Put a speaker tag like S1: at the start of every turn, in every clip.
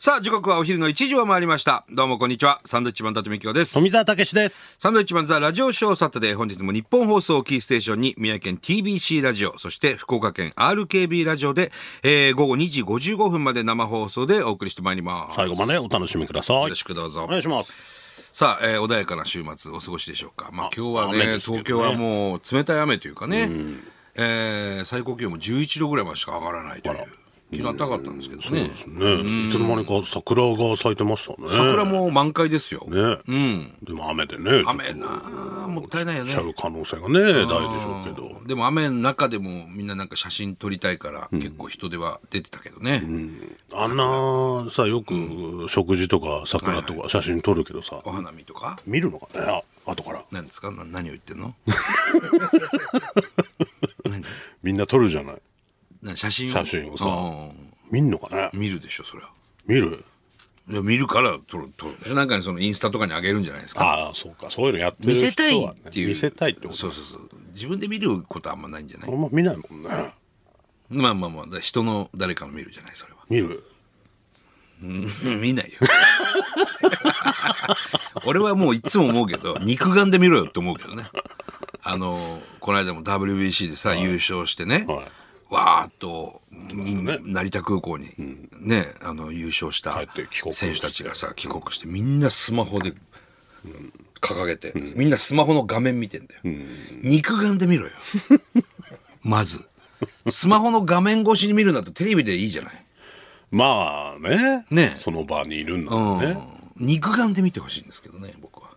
S1: さあ、時刻はお昼の1時を回りました。どうもこんにちは。サンドイッチマン伊達美京です。
S2: 富澤たけしです。
S1: サンドイッチマンザラジオショーサタデー。本日も日本放送キーステーションに宮城県 TBC ラジオ、そして福岡県 RKB ラジオで、えー、午後2時55分まで生放送でお送りしてまいります。
S2: 最後までお楽しみください。よ
S1: ろしくどうぞ。
S2: お願いします。
S1: さあ、えー、穏やかな週末お過ごしでしょうか。まあ今日はね、ね東京はもう冷たい雨というかね、うえー、最高気温も11度ぐらいまでしか上がらないという。昨日暖かったんですけどね。
S2: ねいつの間にか桜が咲いてましたね。
S1: 桜も満開ですよ。
S2: ね。うん。でも雨でね。
S1: 雨なもったいないよね。
S2: ちゃう可能性がね、大でしょうけど。
S1: でも雨の中でもみんななんか写真撮りたいから結構人では出てたけどね。
S2: あんなさ、よく食事とか桜とか写真撮るけどさ。
S1: お花見とか
S2: 見るのかね後から。
S1: 何ですか何を言ってんの
S2: みんな撮るじゃない。
S1: 写真を
S2: 写真をさ見んのかね
S1: 見るでしょそりゃ
S2: 見る
S1: いや見るから撮る撮るなんかそのインスタとかにあげるんじゃないですか
S2: ああそうかそういうのやってる
S1: 人は、ね、見せたいっていう
S2: 見せたいってこと
S1: そうそうそう自分で見ることあんまないんじゃない
S2: あんま見ないもんね
S1: まあまあまあ人の誰かの見るじゃないそれは
S2: 見る
S1: 見ないよ俺はもういつも思うけど肉眼で見ろよって思うけどねあのこの間も WBC でさ、はい、優勝してね、はいわーっと、ね、成田空港に、うん、ねあの優勝した選手たちがさ帰国してみんなスマホで掲げて、うん、みんなスマホの画面見てんだよ、うん、肉眼で見ろよまずスマホの画面越しに見るんだったらテレビでいいじゃない
S2: まあね
S1: ね
S2: その場にいるんだもね、
S1: 肉眼で見てほしいんですけどね僕は。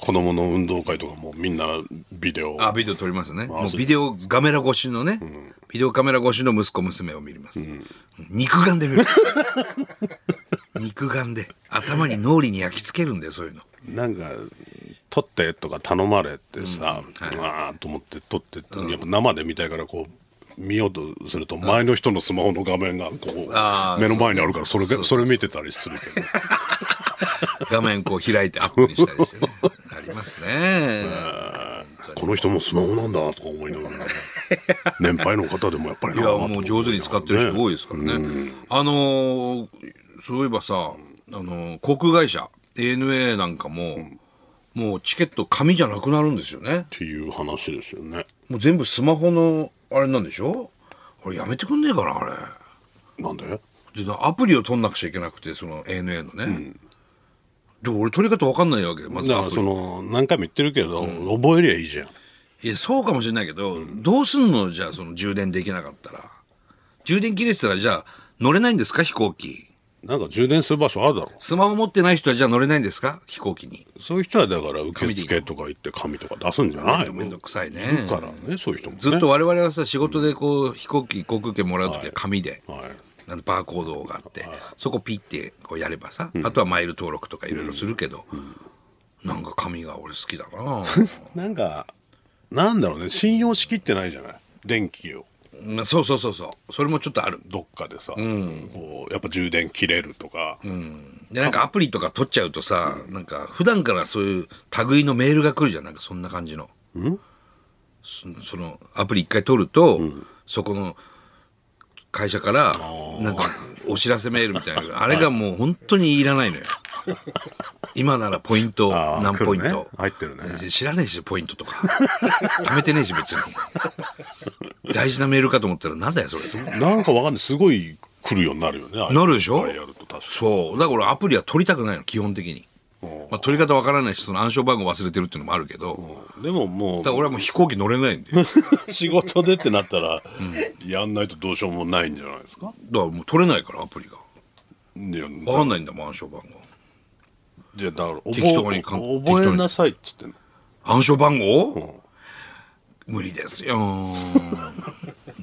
S2: 子供の運動会とかもみんなビデオ
S1: あビデオ撮りますねもうビデオカメラ越しのね、うん、ビデオカメラ越しの息子娘を見ます、うん、肉眼で見る 肉眼で頭に脳裏に焼き付けるんだよそういうの
S2: なんか撮ってとか頼まれてさ、うんはい、あと思って撮ってって、やっぱ生で見たいからこう見ようとすると前の人のスマホの画面がこう目の前にあるからそれそれ見てたりするけ ど
S1: 画面こう開いてアップにしたりしてねありますね
S2: この人もスマホなんだとか思いなが ら、ね、年配の方でもやっぱり
S1: いやもう上手に使ってる人多いですからね、うん、あのー、そういえばさあのー、航空会社 ANA なんかも、うんもうチケット紙じゃなくなるんですよね。
S2: っていう話ですよね。
S1: もう全部スマホのあれなんでしょあれやめてくんねえかなあ
S2: れ。なんで
S1: でアプリを取んなくちゃいけなくてその ANA のね。うん、で俺取り方わかんないわけ
S2: まずだからその何回も言ってるけど、うん、覚えりゃいいじゃん。
S1: いやそうかもしれないけど、うん、どうすんのじゃあその充電できなかったら。充電切れてたらじゃあ乗れないんですか飛行機。
S2: なんか充電する場所あるだろ
S1: スマホ持ってない人はじゃあ乗れないんですか飛行機に。
S2: そういう人はだから受付とか行って紙とか出すんじゃない
S1: めんどくさいね。
S2: いからね、そういう人も、ね、
S1: ずっと我々はさ、仕事でこう、飛行機、航空券もらう時は紙で、はいはい、なんバーコードがあって、はい、そこピッてこうやればさ、うん、あとはマイル登録とかいろいろするけど、うんうん、なんか紙が俺好きだな
S2: なんか、なんだろうね、信用しきってないじゃない電気を。
S1: そうそうそうそうそれもちょっとある
S2: どっかでさ、うん、こうやっぱ充電切れるとか、
S1: うん、でなんかアプリとか取っちゃうとさ、うん、なんか普段からそういう類のメールが来るじゃんなんかそんな感じの、
S2: うん、
S1: そそのアプリ一回取ると、うん、そこの会社からなんかお知らせメールみたいなあれがもう本当にいらないのよ今ならポイント何ポイント、ね、
S2: 入ってるね
S1: 知らねえしポイントとか 貯めてねえし別に 大事なメールかと思ったらなんだよそれ
S2: なんかわかんないすごい来るようになるよね
S1: なるでしょ
S2: そう
S1: だからアプリは取りたくないの基本的にまあ、取り方わからないしその暗証番号忘れてるっていうのもあるけど、
S2: でもも
S1: だ
S2: う
S1: から俺はもう飛行機乗れないん で
S2: 仕事でってなったら、うん、やんないとどうしようもないんじゃないですか
S1: だからもう取れないからアプリが
S2: いや
S1: 分かんないんだもん暗証番号
S2: じゃだから適当に覚えなさいっつって
S1: 暗証番号、うん、無理ですよ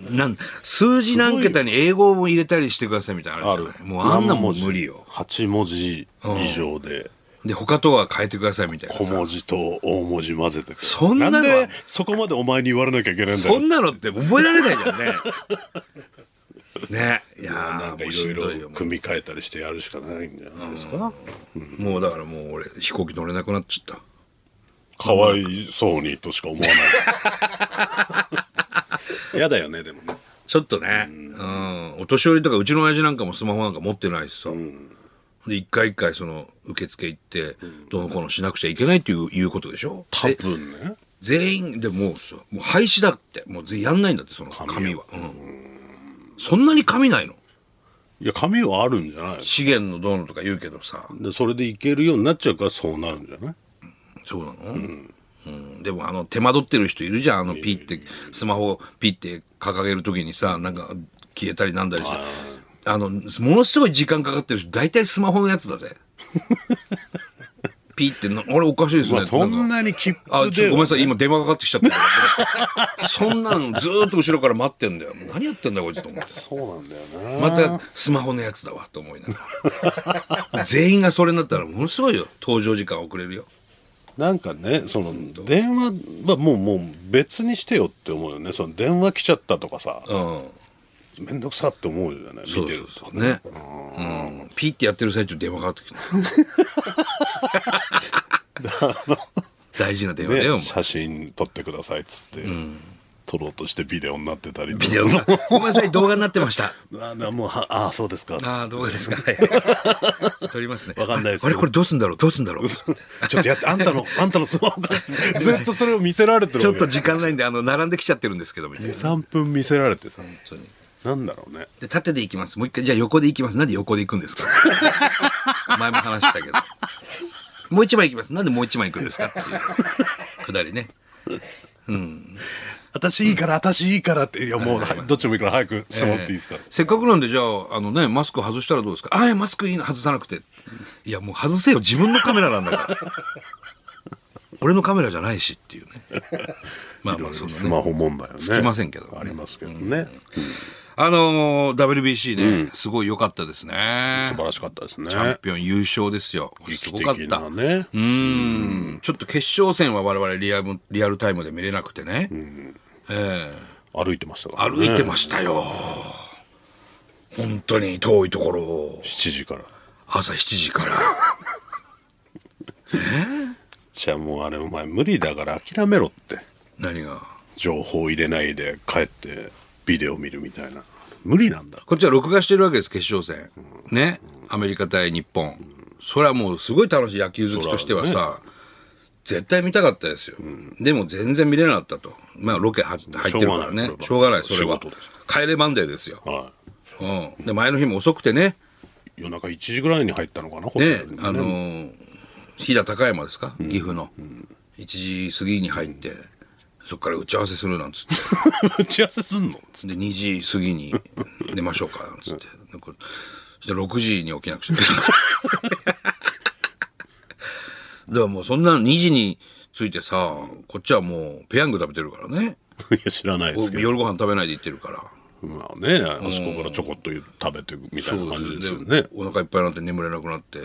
S1: なん数字何桁に英語も入れたりしてくださいみたいなあるもうあんなもん無理よ
S2: 8文字以上で、うん
S1: で、他とは変えてくださいみたいな。
S2: 小文字と大文字混ぜて。
S1: そんなの
S2: でそこまでお前に言われなきゃいけないんだ
S1: よ。そんなのって覚えられないじゃんね。ね。いや
S2: なんかいろいろ組み替えたりしてやるしかないんじゃないですか。。
S1: もうだからもう俺飛行機乗れなくなっちゃった
S2: か わいそうにとしか思わない。やだよね、でもね。
S1: ちょっとね、うん、お年寄りとかうちの親父なんかもスマホなんか持ってないしさ、で一回一回その受付行ってどのこのしなくちゃいけないといういうことでしょ
S2: 多分ね
S1: 全員でもうさもう廃止だってもうやんないんだってその紙は、うん、そんなに紙ないの
S2: いや紙はあるんじゃない
S1: 資源のどうのとか言うけどさ
S2: でそれでいけるようになっちゃうからそうなるんじゃない
S1: そうなの、うんうん、でもあの手間取ってる人いるじゃんあのピッてスマホピッて掲げる時にさなんか消えたりなんだりしてあのものすごい時間かかってる人大体スマホのやつだ ぜピーってな、あれおかしいですね。
S2: そんなに切符
S1: あ、ちょっとごめんなさい、今電話かかってきちゃった。そんなのずっと後ろから待ってんだよ。何やってんだこいつと思って。
S2: そうなんだよ
S1: な。またスマホのやつだわと思いなが ら。全員がそれになったらものすごいよ。登場時間遅れるよ。
S2: なんかね、その電話はもうもう別にしてよって思うよね。その電話来ちゃったとかさ。うん。めんどくさって思うじゃない見てる
S1: とね、うん、うん、ピーってやってる最中電話かかってきた大事な電話だよ、
S2: 写真撮ってくださいっつって、うん、撮ろうとしてビデオになってたり
S1: ビデオごめんなさい動画になってました
S2: あもうあそうですか
S1: あ動画ですか撮りますね
S2: わかんないです
S1: あれこれどうすんだろうどうすんだろう
S2: ちょっとやってあん たのあんたのスマホがずっとそれを見せられてる
S1: ちょっと時間ないんであの並んできちゃってるんですけどみたいな
S2: 23分見せられてさ本当になんだろうね。
S1: で、縦で行きます。もう一回、じゃあ横で行きます。なんで横で行くんですか 前も話したけど。もう一枚行きます。なんでもう一枚行くんですかっていう。くだりね。うん。
S2: 私いいから、私いいからって、いやもう、どっちもいいから早くしてもらっていいですか、えー、
S1: せっかくなんで、じゃあ、あのね、マスク外したらどうですかああ、マスクいいの外さなくて。いや、もう外せよ。自分のカメラなんだから。 俺のカメラじゃないしって いうね。
S2: まあまあその、ね、スマホ問題はね。
S1: つきませんけど、ね、
S2: ありますけどね。うん、
S1: あのー、WBC ね、うん、すごい良かったですね。
S2: 素晴らしかったですね。
S1: チャンピオン優勝ですよ。すごかった。
S2: ね、
S1: うん。ちょっと決勝戦は我々リアルリアルタイムで見れなくてね。うん、
S2: えー、歩いてました
S1: から、ね、歩いてましたよ。本当に遠いところを。
S2: 7時から。
S1: 朝7時から。
S2: えーじゃあもうあれお前無理だから諦めろって
S1: 何が
S2: 情報入れないで帰ってビデオ見るみたいな無理なんだ
S1: こっちは録画してるわけです決勝戦、うん、ね、うん、アメリカ対日本、うん、それはもうすごい楽しい野球好きとしてはさ、ね、絶対見たかったですよ、でも全然見れなかったとまあロケは入ってるからねしょうがないそれは帰れマンデーですよ、はい、うん、で前の日も遅くてね
S2: 夜中1時ぐらいに入ったのかなね
S1: ねあのー飛騨高山ですか、うん、岐阜の、うん、1時過ぎに入って、うん、そっから打ち合わせするなんつって
S2: 打ち合わせすんの
S1: つって2時過ぎに寝ましょうかなんつってそして6時に起きなくちゃいけなくてだからもうそんな2時に着いてさこっちはもうペヤング食べてるからね
S2: いや知らないですけど
S1: 夜ご飯食べないで行ってるから
S2: まあねあそこからちょこっと食べてみたいな感じですよね
S1: お腹いっぱいになって眠れなくなって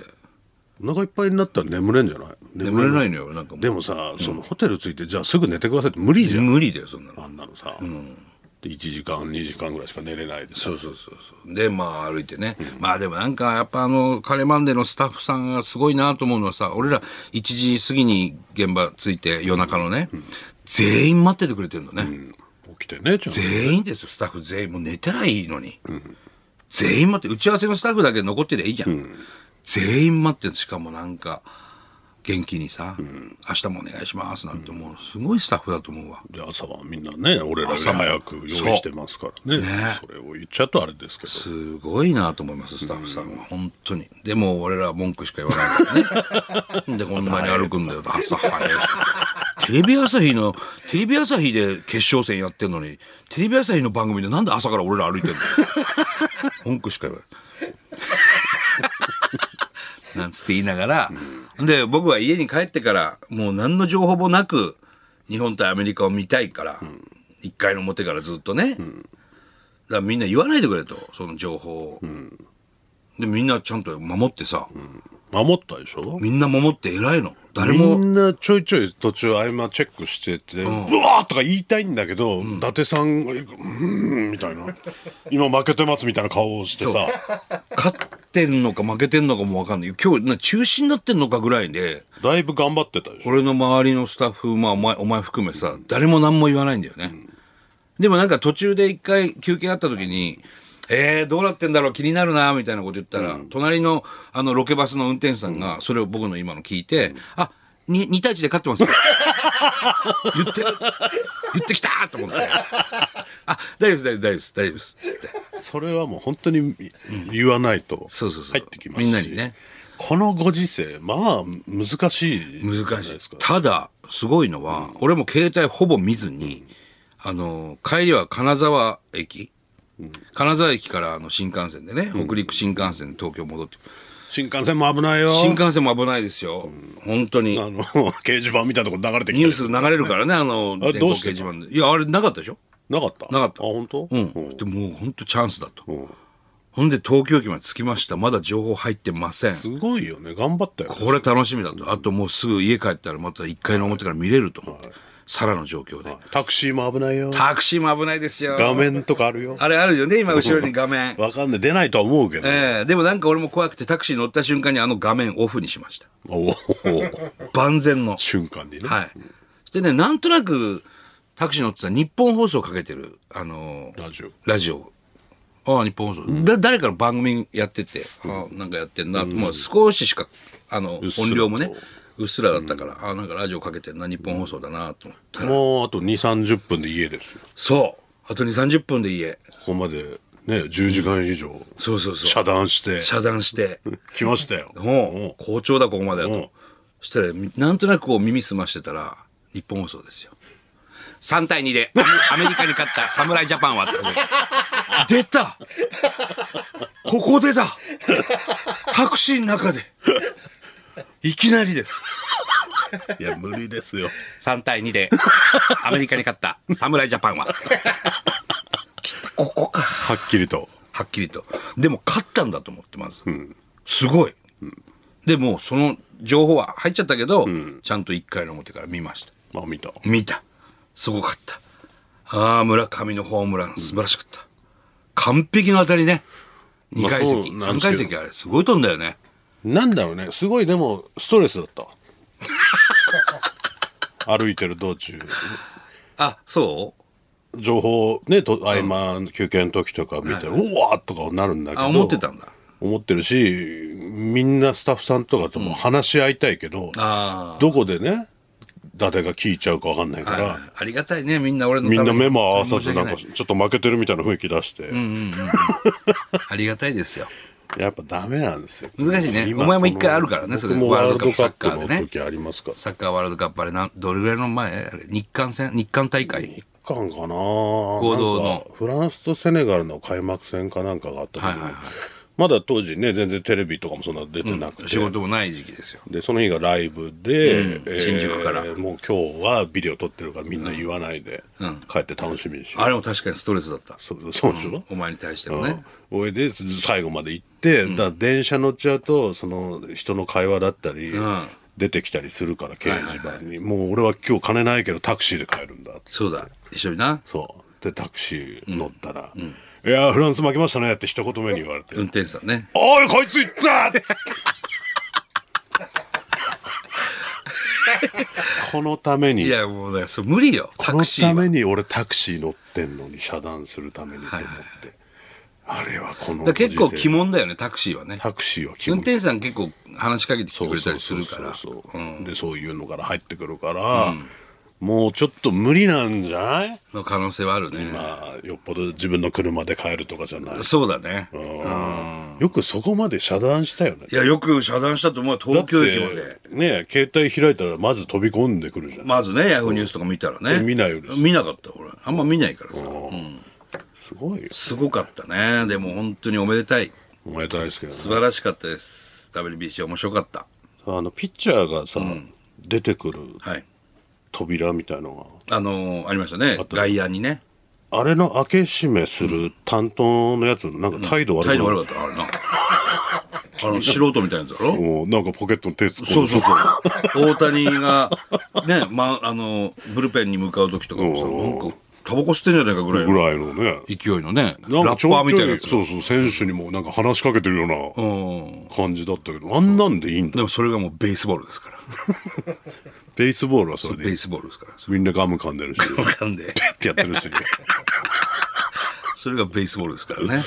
S2: お腹いっぱいになったら眠れんじゃない
S1: 眠れないのよなんか
S2: でもさ、そのホテル着いてじゃあすぐ寝てくださいって無理じゃん
S1: 無理だよそんな
S2: のあんなのさ、うん、1時間2時間ぐらいしか寝れないで
S1: そうそうそうそうでまあ歩いてね、うん、まあでもなんかやっぱあのカレーマンデーのスタッフさんがすごいなと思うのはさ俺ら1時過ぎに現場着いて夜中のね、うん、全員待っててくれてるのね、
S2: 起きてね
S1: 全員ですよスタッフ全員もう寝てないのに、全員待って打ち合わせのスタッフだけ残ってりゃいいじゃん全員待ってしかもなんか元気にさ、うん、明日もお願いしますなんて、もうすごいスタッフだと思うわ
S2: で朝はみんなね俺らより早く用意してますからね、ね、それを言っちゃうとあれですけど
S1: すごいなと思いますスタッフさんは、うん、本当にでも俺ら文句しか言わないから ねでこんなに歩くんだよ朝早いしテレビ朝日のテレビ朝日で決勝戦やってんのにテレビ朝日の番組でなんで朝から俺ら歩いてんの文句しか言わない なんつって言いながら、うん、で僕は家に帰ってからもう何の情報もなく日本対アメリカを見たいから、うん、1回の表からずっとね、うん、だからみんな言わないでくれとその情報を、うん、でみんなちゃんと守ってさ、
S2: 守ったでしょ
S1: みんな守って偉いの誰も
S2: みんなちょいちょい途中合間チェックしてて「うん、わ!」とか言いたいんだけど、うん、伊達さんが「うん」みたいな「今負けてます」みたいな顔をしてさ
S1: 勝ってんのか負けてんのかも分かんない今日な中止になってんのかぐらいで
S2: だいぶ頑張ってたでしょ
S1: 俺の周りのスタッフ、まあ、お前お前含めさ、うん、誰も何も言わないんだよね、でもなんか途中で一回休憩あった時に、えー、どうなってんだろう気になるなみたいなこと言ったら、隣のあのロケバスの運転手さんがそれを僕の今の聞いて、あに2対1で勝ってます言ってる言ってきたと思って「あ大丈夫です大丈夫です大丈夫です」っつって
S2: それはもう本当に言わないと
S1: そうそうそう
S2: 入ってきますし
S1: みんなにね
S2: このご時世まあ難しいじゃな
S1: 難しい
S2: ですか
S1: ただすごいのは、俺も携帯ほぼ見ずに、あの帰りは金沢駅、金沢駅からあの新幹線でね北陸新幹線で東京戻ってくる、
S2: 新幹線も危ないよ
S1: 新幹線も危ないですよ、本当に
S2: あの 掲示板みたいなとこ流れてき
S1: ニュ
S2: た
S1: ー
S2: り
S1: ス
S2: す
S1: 流
S2: る
S1: れるからねあの電光
S2: どう
S1: 掲
S2: して
S1: 示板でいやあれなかったでしょ
S2: なかった
S1: なかった
S2: あ本当
S1: うん、でもう本当チャンスだと、ほんで東京駅まで着きましたまだ情報入ってません
S2: すごいよね頑張ったよ
S1: これ楽しみだとあともうすぐ家帰ったらまた1階の表から見れると思って、さらの状況で、
S2: タクシーも危ないよ
S1: タクシーも危ないですよ
S2: 画面とかあるよ
S1: あれあるよね今後ろに画面
S2: わかんない出ないとは思うけど、
S1: ええでもなんか俺も怖くてタクシー乗った瞬間にあの画面オフにしました
S2: おお
S1: 万全の
S2: 瞬間にね、
S1: はいそしてねなんとなくタクシー乗ってたら日本放送かけてるあのー
S2: ラジオ
S1: ラジオああ日本放送、だ誰かの番組やってて、ああなんかやってんな、もう少ししかあの
S2: すらと
S1: 音量もねうっすらだったから、ああなんかラジオかけてんな日本放送だなと思ったら、
S2: もうあと2三3 0分で家ですよ
S1: そうあと2 3 0分で家
S2: ここまでね10時間以上
S1: そうそうそう
S2: 遮断して
S1: 遮断して
S2: 来ました よ
S1: もう好調だここまでだ
S2: うん
S1: とそしたらみなんとなくこう耳澄ましてたら日本放送ですよ3対2でアメリカに勝った 侍ジャパンはって出たここでだタクシーの中でいきなりです
S2: いや無理ですよ
S1: 3対2でアメリカに勝った侍ジャパン はきっとここか
S2: はっきりと
S1: はっきりとでも勝ったんだと思ってます、すごい、でもうその情報は入っちゃったけど、ちゃんと1回の表から見ました
S2: まあ見た
S1: 見たすごかったああ村上のホームラン素晴らしかった、完璧の当たりね2階席、
S2: まあそうなん
S1: 3
S2: ですけど
S1: 階席あれすごい飛んだよね
S2: なんだろうねすごいでもストレスだった 歩いてる道中
S1: あそう
S2: 情報ねと合間休憩の時とか見て、うわーとかなるんだけど
S1: あ思ってたんだ
S2: 思ってるしみんなスタッフさんとかとも話し合いたいけど、
S1: あ
S2: どこでね誰が聞いちゃうか分かんないか
S1: あ、
S2: ら、
S1: はいありがたいねみんな俺のた
S2: み
S1: めに
S2: んな目も合わさずなんか
S1: 申し
S2: ちょっと負けてるみたいな雰囲気出して、
S1: 訳ないありがたいですよ
S2: やっぱダメなんですよ
S1: 難しいね
S2: 今
S1: お前も一回
S2: この
S1: あるからねそれ
S2: 僕も
S1: ワ
S2: ワ
S1: ール
S2: ール
S1: ドカッ
S2: ド
S1: プサ
S2: カ
S1: ッカー
S2: ッ
S1: でね
S2: プの時ありますから
S1: サッカーワールドカップあれなんどれぐらいの前あれ日韓戦日韓大会
S2: 日韓かな合
S1: 同の
S2: フランスとセネガルの開幕戦かなんかがあった時に、
S1: はいはいはい
S2: まだ当時ね全然テレビとかもそんな出てなくて、
S1: 仕事もない時期ですよ
S2: でその日がライブで、
S1: 新宿から
S2: もう今日はビデオ撮ってるからみんな言わないで、帰って楽しみにしよう
S1: あれも確かにストレスだった
S2: そうそうでしょ、
S1: お前に対してのね
S2: おいで最後まで行って、だから電車乗っちゃうとその人の会話だったり、
S1: ん
S2: 出てきたりするから掲示板に、もう俺は今日金ないけどタクシーで帰るんだ
S1: そうだ一緒にな
S2: そうでタクシー乗ったら「いやーフランス負けましたね」って一言目に言われて「
S1: 運転手さんね
S2: おいこいつ行った!」 ってこのために
S1: いやもうねそう無理よタ
S2: この
S1: クシーは
S2: ために俺タクシー乗ってんのに遮断するためにと思って、あれはこの
S1: だから結構
S2: ご時
S1: 鬼
S2: 世
S1: 門だよねタクシーはね
S2: タクシーは気
S1: 運転
S2: 持
S1: 手さん結構話しかけてきてくれたりするから
S2: でそういうのから入ってくるから、もうちょっと無理なんじゃない、
S1: の可能性はあるね
S2: まあよっぽど自分の車で帰るとかじゃない、
S1: そうだね
S2: よくそこまで遮断したよね
S1: いやよく遮断したと思う
S2: だっ
S1: 東
S2: て
S1: 京駅まで
S2: ね携帯開いたらまず飛び込んでくるじゃん、
S1: まずねヤフーニュースとか見たらね
S2: 見ないようにする
S1: 見なかった俺あんま見ないからさ
S2: すごいよ
S1: すごかったねでも本当におめでたい
S2: お前大好きだね
S1: 素晴らしかったです WBC 面白かった
S2: あのピッチャーがさ、出てくる
S1: はい
S2: 扉みたいのが
S1: あのーありましたね外野にね
S2: あれの開け閉めする担当のやつ、なんか態度悪くな
S1: 態
S2: い
S1: 度悪かったあれなあの 素人みたいなやつだろ
S2: もうなんかポケットの手突っ込
S1: そ
S2: ん
S1: う
S2: で
S1: そうそう大谷がね、 ま、あのブルペンに向かう時とかもさ
S2: うん
S1: なんかタバコ吸ってんじゃないかぐらい
S2: ぐ
S1: の
S2: らいのね。
S1: 勢いのね
S2: なんか
S1: ラッパーみたいなやつ
S2: ちょいちょいそうそう、選手にもなんか話しかけてるよう
S1: うん
S2: な感じだったけど、あんなんでいいんだ。
S1: でもそれがもうベースボールですから
S2: ベースボールはそれ
S1: ベ
S2: でい
S1: ー
S2: い。
S1: スボールですから
S2: みんなガム噛んでるし、
S1: わかんで
S2: ってやってるし。
S1: それがベースボールですからね。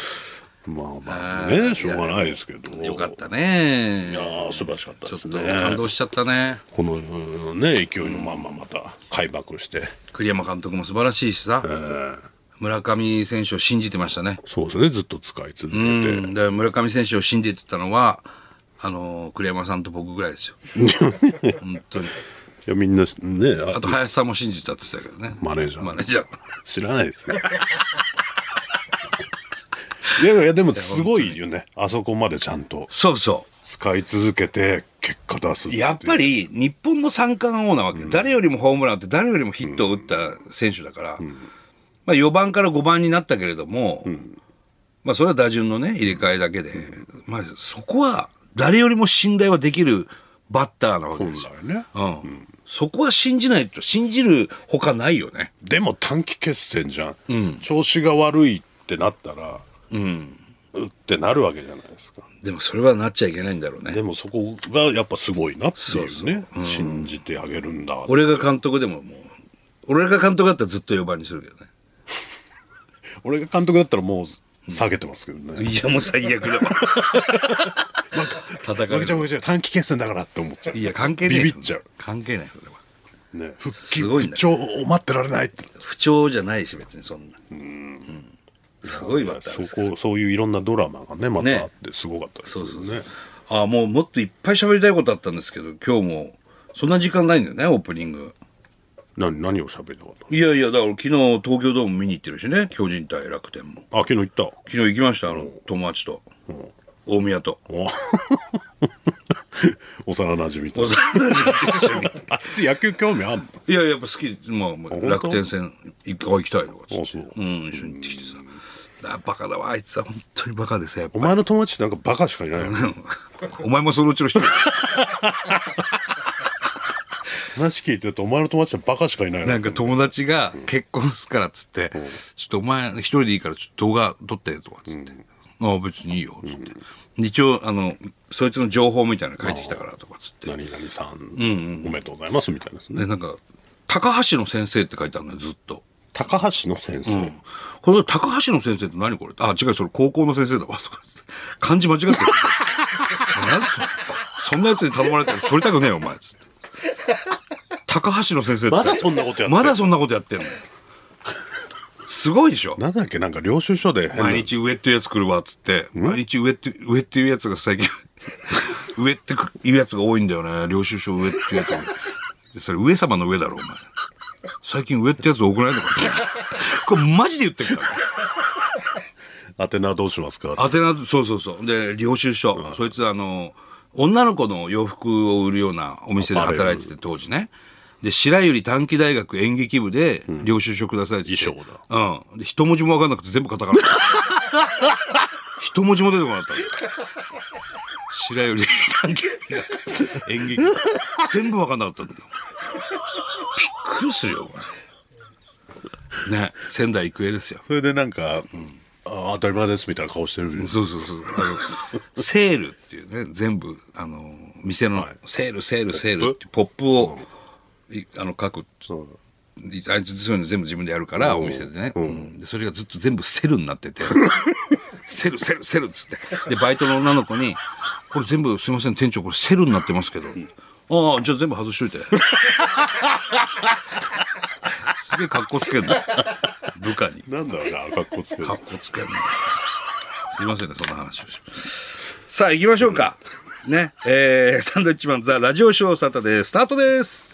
S2: まあまあね、しょうがないですけど。
S1: よかったね。
S2: いやー素晴らしかった
S1: ちょ
S2: で
S1: っ
S2: す
S1: と
S2: ね。
S1: 感動しちゃったね。
S2: このうんね勢いのまんままた開幕して、
S1: 栗山監督も素晴らしいしさ、村上選手を信じてましたね。
S2: そうですねずっと使い続けて、
S1: うん、だから村上選手を信じてたのは、あのー栗山さんと僕ぐらいです よ。本当に。
S2: いやみんなねあ
S1: あと林さんも信じたって言ってたけどね。
S2: マネージャー
S1: マネージャー。
S2: 知らないで すよいやいやでもすごいよねあそこまでちゃんと
S1: そうそ
S2: 使い続けて結果出す
S1: う。やっぱ
S2: り
S1: り日本の三冠王なわけ、誰よりもホームラン打って誰よりもヒットを打った選手だから、まあ、4番から5番になったけれども、まあ、それは打順のね入れ替えだけで、まあ、そこは誰よりも信頼はできるバッターなわけですよ。
S2: ね
S1: うん、そこは信じないと信じるほかないよね。
S2: でも短期決戦じゃん、調子が悪いってなったらうんってなるわけじゃないですか
S1: でもそれはなっちゃいけないんだろうね
S2: でもそこがやっぱすごいなっていうね信じてあげるんだ
S1: 俺が監督でももう俺が監督だったらずっと4番にするけどね
S2: 俺が監督だったらもう下げてますけどね、
S1: いやもう最悪 だわ叩か
S2: 負
S1: れ
S2: けちゃ
S1: る
S2: う負けちゃう短期決戦だからって思っちゃう
S1: いや関係ない
S2: ビビっちゃう
S1: 関係ないそれは
S2: ね復帰
S1: すごいね
S2: 復調を待ってられないって
S1: 不調じゃないし別にそんなうん、すごいバッターです
S2: そこそういういろんなドラマがねま
S1: ね
S2: たあってすごかったですよね
S1: そうそうああもうもっといっぱい喋りたいことあったんですけど今日もそんな時間ないんだよねオープニング
S2: 何何を喋りたかっ
S1: いやいやだから昨日東京ドーム見に行ってるしね巨人対楽天も
S2: たあ昨日行った
S1: 昨日行きましたあの友達と大宮と
S2: お幼なじみと
S1: 幼馴染と一緒に
S2: あいつ野球興味あんの
S1: いややっぱ好き、まあまあ、
S2: 当
S1: 楽天戦一回行きたいとかっつって
S2: あそう
S1: うん一緒に行ってきてさあバカだわあいつは本当にバカでさやっぱ
S2: お前の友達ってなんかバカしかいないよ
S1: お前もそのうちの 一人
S2: 話聞いてるとお前の友達はバカしかいない
S1: な
S2: よ
S1: んか友達が結婚すっからっつって、ちょっとお前一人でいいからちょっと動画撮ってとかっつって、ああ別にいいよっつって、一応あのそいつの情報みたいなの書いてきたからとかっつって
S2: 何々さん、おめでとうございますみたいなですね
S1: でなんか高橋の先生って書いてあるのよずっと。
S2: 高橋の先生、
S1: これ高橋の先生って何これあ、違う、それ高校の先生だわ。 とか言って漢字間違ってる。 何それそんなやつに頼まれたやつ取りたくねえよ、お前。つって。高橋の先生って
S2: まだそんなことやってんの
S1: まだそんなことやってんのすごいでしょ
S2: なんだっけなんか領収書で変な
S1: 毎日上っていうやつ来るわ、つって。毎日上って、上っていうやつが最近、 上っていうやつが多いんだよね。領収書上っていうやつが。でそれ上様の上だろ、お前。最近上ってやつ多くないのか ってこれマジで言ってるから。
S2: 宛名どうしますか
S1: 宛名そうそうそうで領収書、そいつあの女の子の洋服を売るようなお店で働いてて当時ねで白百合短期大学演劇部で領収書くださいっつって、うん、
S2: 衣装
S1: で一文字も分かんなくて全部カタカナ 一文字も出てこなかった白百合短期大学演劇部全部分かんなかったんだよびっくりするよお前ね仙台育英ですよ
S2: それでなんか、あ当たり前ですみたいな顔してる
S1: そうそうそう。あの、セールっていうね、全部、あの、店の、セール、セール、セールってポップを、いあの、書く。
S2: そう
S1: いあいつそういうの全部自分でやるから、お店でね、うんで。それがずっと全部セルになってて。セル、セル、セルっつ って。で、バイトの女の子に、これ全部すいません、店長、これセルになってますけど。ああ、じゃあ全部外し といて。すげえ格好つけんの。部下に。
S2: なんだろうな格好つけて
S1: かっこつけんなすいませんねそんな話をしましたさあ行きましょうかねえーサンドウィッチマンザラジオショーサタデースタートです